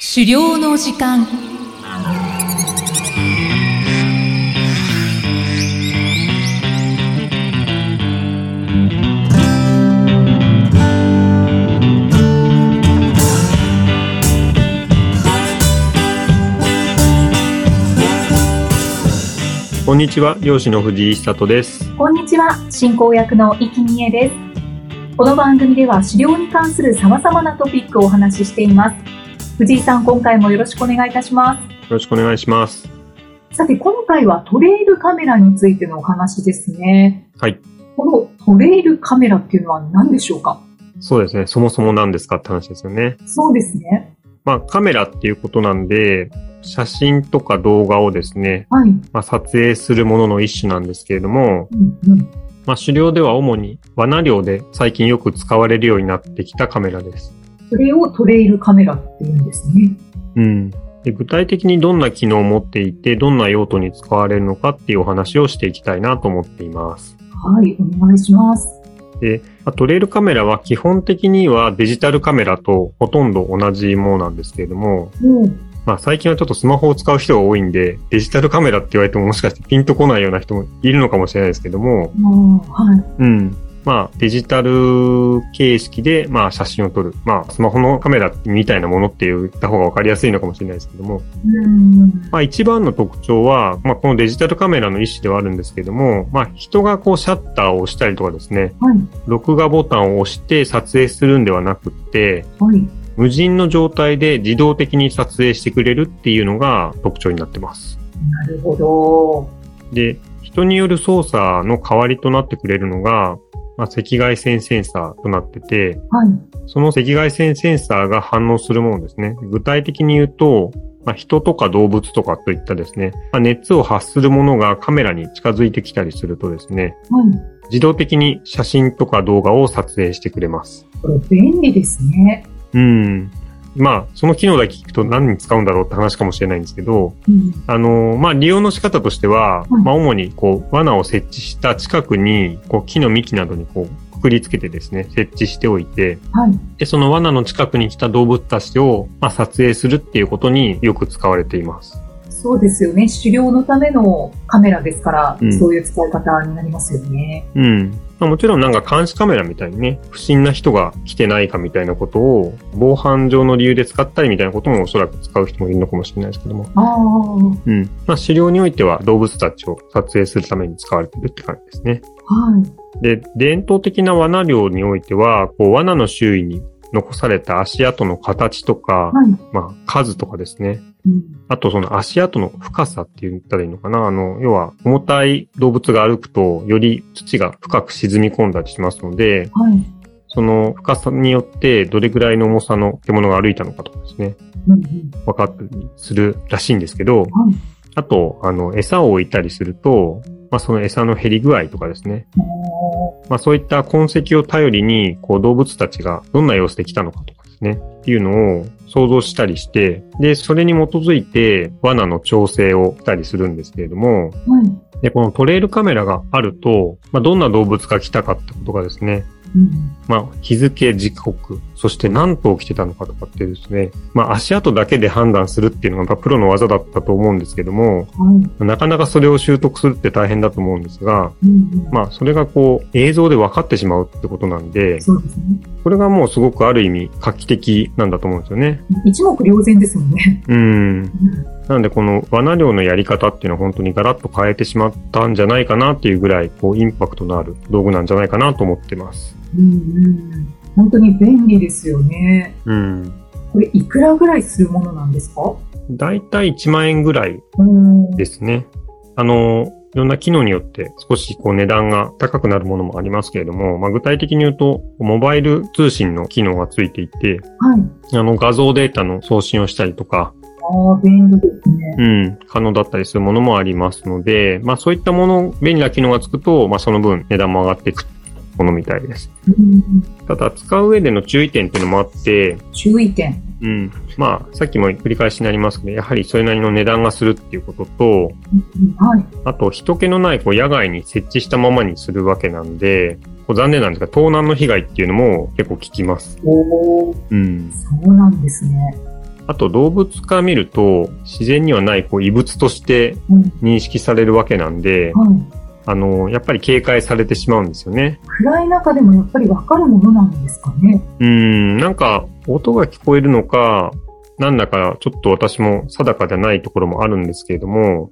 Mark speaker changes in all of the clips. Speaker 1: 狩猟の時間
Speaker 2: こんにちは、漁師の藤井久人です。
Speaker 3: こんにちは、進行役の生きみえです。この番組では狩猟に関する様々なトピックをお話ししています。藤井さん、今回もよろしくお願いいたしま
Speaker 2: よろしくお願いします。
Speaker 3: す。さて、今回はトレイルカメラについてのお話ですね。
Speaker 2: はい。
Speaker 3: このトレイルカメラっていうのは何でしょうか
Speaker 2: そうですね、そもそも何ですかって話ですよね。
Speaker 3: そうですね。
Speaker 2: まあ、カメラっていうことなんで、写真とか動画をですね、
Speaker 3: はい。
Speaker 2: まあ、撮影するものの一種なんですけれども、
Speaker 3: うんうん。
Speaker 2: まあ、狩猟では主に罠漁で最近よく使われるようになってきたカメラです。
Speaker 3: それをトレイルカメラっていうんですね。
Speaker 2: うん。で具体的にどんな機能を持っていて、どんな用途に使われるのかっていうお話をしていきたいなと思っています。
Speaker 3: はい、お願いします。
Speaker 2: まあトレイルカメラは基本的にはデジタルカメラとほとんど同じものなんですけれども、
Speaker 3: もう、
Speaker 2: まあ最近はちょっとスマホを使う人が多いんで、デジタルカメラって言われてももしかしてピンとこないような人もいるのかもしれないですけども、
Speaker 3: まあ、はい。
Speaker 2: うん。まあデジタル形式でまあ写真を撮る。まあスマホのカメラみたいなものって言った方がわかりやすいのかもしれないですけども、
Speaker 3: うん。
Speaker 2: まあ一番の特徴は、まあこのデジタルカメラの一種ではあるんですけども、まあ人がこうシャッターを押したりとかですね、
Speaker 3: はい。
Speaker 2: 録画ボタンを押して撮影するんではなくって、
Speaker 3: はい。
Speaker 2: 無人の状態で自動的に撮影してくれるっていうのが特徴になってます。
Speaker 3: なるほど。
Speaker 2: で、人による操作の代わりとなってくれるのが、まあ、赤外線センサーとなってて、
Speaker 3: はい。
Speaker 2: その赤外線センサーが反応するものですね。具体的に言うと、まあ、人とか動物とかといったですね、まあ、熱を発するものがカメラに近づいてきたりするとですね、
Speaker 3: はい。
Speaker 2: 自動的に写真とか動画を撮影してくれます。
Speaker 3: これ便利ですね。
Speaker 2: うん。まあ、その機能だけ聞くと何に使うんだろうって話かもしれないんですけど、
Speaker 3: うん。
Speaker 2: あの、まあ、利用の仕方としては、
Speaker 3: うん
Speaker 2: まあ、主に、こう、罠を設置した近くに、こう、木の幹などに、こう、くくりつけてですね、設置しておいて、
Speaker 3: はい。
Speaker 2: で、その罠の近くに来た動物たちを、まあ、撮影するっていうことによく使われています。
Speaker 3: そうですよね。狩猟のためのカメラですから、
Speaker 2: うん
Speaker 3: そういう使い方になりますよね。
Speaker 2: うん。まあもちろんなんか監視カメラみたいにね、不審な人が来てないかみたいなことを、防犯上の理由で使ったりみたいなこともおそらく使う人もいるのかもしれないですけども、
Speaker 3: ああ。
Speaker 2: うん。まあ、狩猟においては動物たちを撮影するために使われてるって感じですね。
Speaker 3: はい。
Speaker 2: で、伝統的な罠漁においては、こう、罠の周囲に残された足跡の形とか、
Speaker 3: はい。
Speaker 2: まあ、数とかですね。
Speaker 3: うん。
Speaker 2: あと、その足跡の深さって言ったらいいのかな。あの、要は、重たい動物が歩くと、より土が深く沈み込んだりしますので、
Speaker 3: はい。
Speaker 2: その深さによって、どれぐらいの重さの獣が歩いたのかとかですね、
Speaker 3: うんうん。
Speaker 2: 分かったりするらしいんですけど、
Speaker 3: はい。
Speaker 2: あと、あの、餌を置いたりすると、まあ、その餌の減り具合とかですね。
Speaker 3: あ
Speaker 2: まあ、そういった痕跡を頼りに、こう、動物たちがどんな様子で来たのかとかですね。っていうのを想像したりして、で、それに基づいて罠の調整をしたりするんですけれども、
Speaker 3: ーはい。
Speaker 2: で、このトレイルカメラがあると、まあ、どんな動物が来たかってことがですね、
Speaker 3: うん。
Speaker 2: まあ、日付、時刻、そして何頭来てたのかとかってですね、まあ、足跡だけで判断するっていうのが、まあプロの技だったと思うんですけども、
Speaker 3: はい。
Speaker 2: なかなかそれを習得するって大変だと思うんですが、
Speaker 3: うんうん。
Speaker 2: まあそれがこう映像で分かってしまうってことなんで、
Speaker 3: そうですね。
Speaker 2: これがもうすごくある意味画期的なんだと思うんですよね。
Speaker 3: 一目瞭然ですもんね。
Speaker 2: うん。
Speaker 3: うん
Speaker 2: なのでこの罠量のやり方っていうのは本当にガラッと変えてしまったんじゃないかなっていうぐらい、こうインパクトのある道具なんじゃないかなと思ってます。
Speaker 3: うんうん。本当に便利ですよね。
Speaker 2: うん。
Speaker 3: これいくらぐらいするものなんですか
Speaker 2: だいたい1万円ぐらい
Speaker 3: うん。
Speaker 2: ですね。あの、いろんな機能によって少しこう値段が高くなるものもありますけれども、まあ、具体的に言うと、モバイル通信の機能がついていて、
Speaker 3: はい。
Speaker 2: あの画像データの送信をしたりとか、
Speaker 3: ああ、便利ですね。
Speaker 2: うん、可能だったりするものもありますので、まあそういったもの、便利な機能がつくと、まあその分値段も上がっていくものみたいです。
Speaker 3: うん。
Speaker 2: ただ使う上での注意点っていうのもあって、
Speaker 3: 注意点。
Speaker 2: うん、まあさっきも繰り返しになりますけど、やはりそれなりの値段がするっていうことと、
Speaker 3: うんはい。
Speaker 2: あと人気のないこう野外に設置したままにするわけなんで、こう残念なんですが、盗難の被害っていうのも結構聞きます。
Speaker 3: おお、
Speaker 2: うん。
Speaker 3: そうなんですね。
Speaker 2: あと動物から見ると自然にはないこう異物として
Speaker 3: うん
Speaker 2: 認識されるわけなんで、
Speaker 3: はい、
Speaker 2: あの、やっぱり警戒されてしまうんですよね。
Speaker 3: 暗い中でもやっぱり分かるものなんですかね。
Speaker 2: うん、なんか音が聞こえるのか、なんだかちょっと私も定かじゃないところもあるんですけれども、
Speaker 3: はい、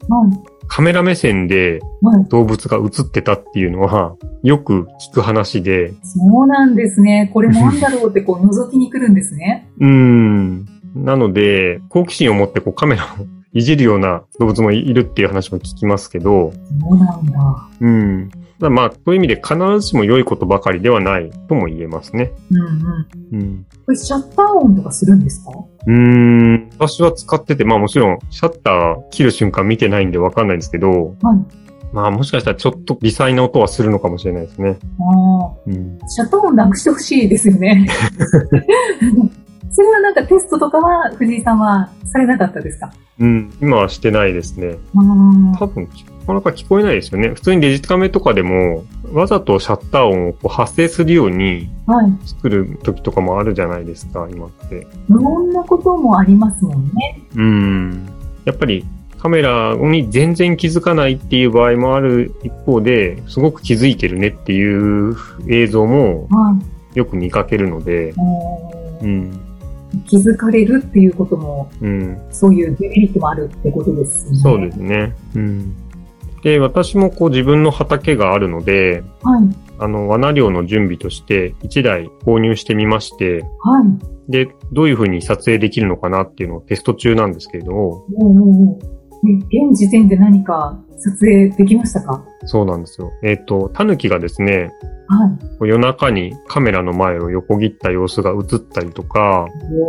Speaker 2: カメラ目線で
Speaker 3: はい、
Speaker 2: 動物が映ってたっていうのはよく聞く話で、
Speaker 3: そうなんですね。これなんだろうってこう覗きに来るんですね。
Speaker 2: うん。なので、好奇心を持ってこうカメラを いじるような動物もいるっていう話も聞きますけど、
Speaker 3: そうなんだ。
Speaker 2: うん。ただまあ、そういう意味で必ずしも良いことばかりではないとも言えますね。
Speaker 3: うんうん。
Speaker 2: うん。
Speaker 3: これシャッター音とかするんですか
Speaker 2: うーん。私は使ってて、まあもちろんシャッター切る瞬間見てないんでわかんないんですけど、
Speaker 3: はい。
Speaker 2: まあもしかしたらちょっと微細な音はするのかもしれないですね。
Speaker 3: あ
Speaker 2: うん。
Speaker 3: あ、シャッター音なくしてほしいですよね。 それはなんかテストとかは藤井さんはされなかったですか
Speaker 2: うん。今はしてないですね。
Speaker 3: あー
Speaker 2: 多分、なかなか聞こえないですよね。普通にデジカメとかでも、わざとシャッター音をこう発生するように
Speaker 3: はい。
Speaker 2: 作る時とかもあるじゃないですか、今って。
Speaker 3: 無音なこともありますもんね。
Speaker 2: うん。やっぱりカメラに全然気づかないっていう場合もある一方で、すごく気づいてるねっていう映像も
Speaker 3: は
Speaker 2: よく見かけるので
Speaker 3: い、も
Speaker 2: うん。
Speaker 3: う気づかれるっていうことも、
Speaker 2: うん。
Speaker 3: そういうデメリットもあるってことですね。
Speaker 2: そうですね。うん。で、私もこう自分の畑があるので、
Speaker 3: はい。
Speaker 2: あの、罠漁の準備として1台購入してみまして、
Speaker 3: はい。
Speaker 2: で、どういうふうに撮影できるのかなっていうのをテスト中なんですけれど、
Speaker 3: おうおうおうえ現時点で何か撮影できましたか
Speaker 2: そうなんですよ。えっ、と、タヌキがですね、
Speaker 3: はい。
Speaker 2: こう夜中にカメラの前を横切った様子が映ったりとか、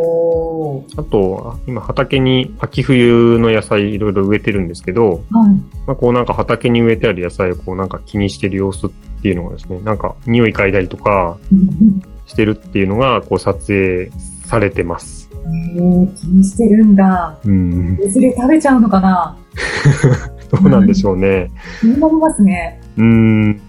Speaker 3: おー
Speaker 2: あと、今畑に秋冬の野菜いろいろ植えてるんですけど、
Speaker 3: はい。
Speaker 2: まあ、こうなんか畑に植えてある野菜をこうなんか気にしてる様子っていうのがですね、なんか匂い嗅いだりとか
Speaker 3: うんうん
Speaker 2: してるっていうのがこう撮影されてます。
Speaker 3: えー、気にしてるんだ。
Speaker 2: うん、
Speaker 3: いずれ食べちゃうのかな
Speaker 2: どうなんでしょうね。
Speaker 3: 気になりますね。
Speaker 2: うーん、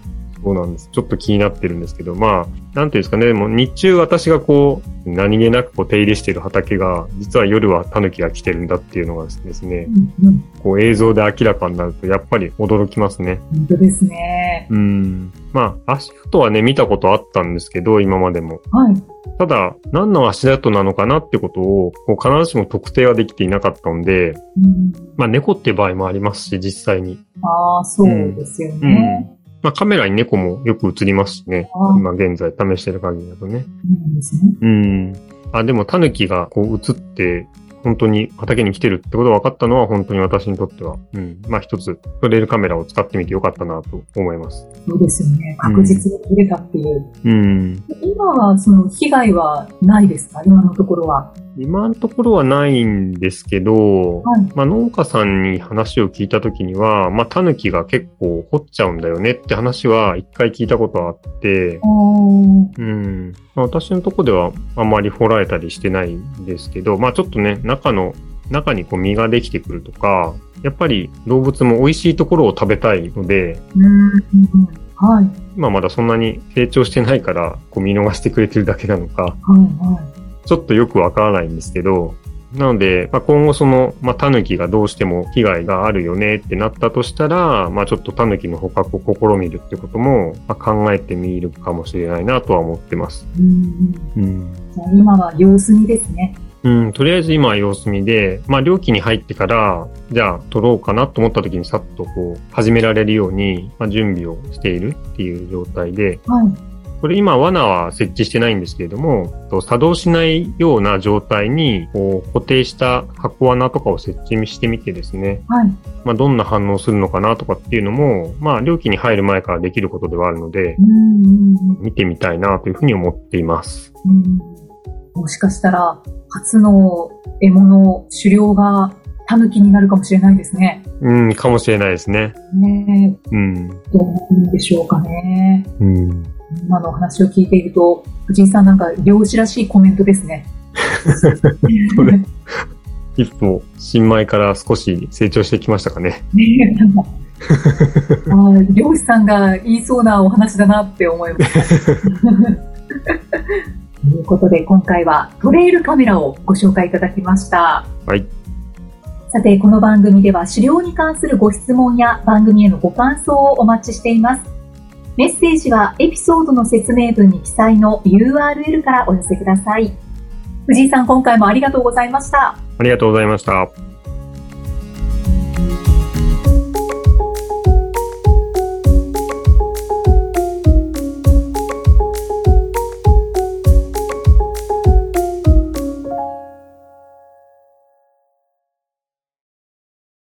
Speaker 2: そうなんです。ちょっと気になってるんですけど、まあ、なんていうんですかね、でも日中私がこう、何気なくこう手入れしてる畑が、実は夜はタヌキが来てるんだっていうのがですね
Speaker 3: う、んうん、
Speaker 2: こう映像で明らかになると、やっぱり驚きますね。
Speaker 3: 本当ですね。
Speaker 2: うーん。まあ、足跡はね、見たことあったんですけど、今までも。
Speaker 3: はい。
Speaker 2: ただ、何の足跡なのかなってことを、こう必ずしも特定はできていなかったので、
Speaker 3: うん、
Speaker 2: まあ、猫って場合もありますし、実際に。
Speaker 3: ああ、そうですよね。
Speaker 2: まあ、カメラに猫もよく映りますしね。
Speaker 3: あー
Speaker 2: 今現在試してる限りだとね。
Speaker 3: そうなんですね。
Speaker 2: うん。あ、でもタヌキがこう映って、本当に畑に来てるってことが分かったのは本当に私にとっては、うん。まあ一つ、トレイルカメラを使ってみてよかったなと思います。
Speaker 3: そうですよね。確実に取れたっていう。
Speaker 2: うん。
Speaker 3: 今は、その、被害はないですか今のところは。
Speaker 2: 今のところはないんですけど、
Speaker 3: はい。
Speaker 2: まあ農家さんに話を聞いた時には、まあタヌキが結構掘っちゃうんだよねって話は一回聞いたことあって、
Speaker 3: おー
Speaker 2: うん。まあ私のとこではあまり掘られたりしてないんですけど、まあちょっとね、中の、中にこう身ができてくるとか、やっぱり動物も美味しいところを食べたいので、
Speaker 3: うん、うんはい。はい、
Speaker 2: 今まだそんなに成長してないから、こう見逃してくれてるだけなのか、
Speaker 3: は
Speaker 2: ちょっとよくわからないんですけど、なので、まあ、今後その、まあ、タヌキがどうしても被害があるよねってなったとしたら、まあ、ちょっとタヌキの捕獲を試みるってことも、まあ、考えてみるかもしれないなとは思ってます。
Speaker 3: い。うんうん、じ
Speaker 2: うん
Speaker 3: ゃあ今は様子見ですね。
Speaker 2: うん、とりあえず今は様子見で、まあ、料金に入ってから、じゃあ、取ろうかなと思った時にさっとこう、始められるように、まあ、準備をしているっていう状態で、
Speaker 3: はい。
Speaker 2: これ今、罠は設置してないんですけれども、と作動しないような状態に、こう、固定した箱罠とかを設置してみてですね、
Speaker 3: はい。
Speaker 2: まあ、どんな反応するのかなとかっていうのも、まあ、料金に入る前からできることではあるので、
Speaker 3: うん、うん、うん。
Speaker 2: 見てみたいなというふうに思っています。
Speaker 3: うんもしかしたら、初の獲物、狩猟がタヌキになるかもしれないですね。
Speaker 2: うん、かもしれないですね。
Speaker 3: ねえ
Speaker 2: うん。
Speaker 3: どう思うんでしょうかね。
Speaker 2: うん。
Speaker 3: 今のお話を聞いていると、藤井さんなんか漁師らしいコメントですね。
Speaker 2: それ一歩、新米から少し成長してきましたかね。
Speaker 3: ねえなんかあー漁師さんが言いそうなお話だなって思います。いうことで、今回はトレイルカメラをご紹介いただきました。
Speaker 2: はい。
Speaker 3: さて、この番組では狩猟に関するご質問や番組へのご感想をお待ちしています。メッセージはエピソードの説明文に記載の URL からお寄せください。藤井さん、今回もありがとうございました。
Speaker 2: ありがとうございました。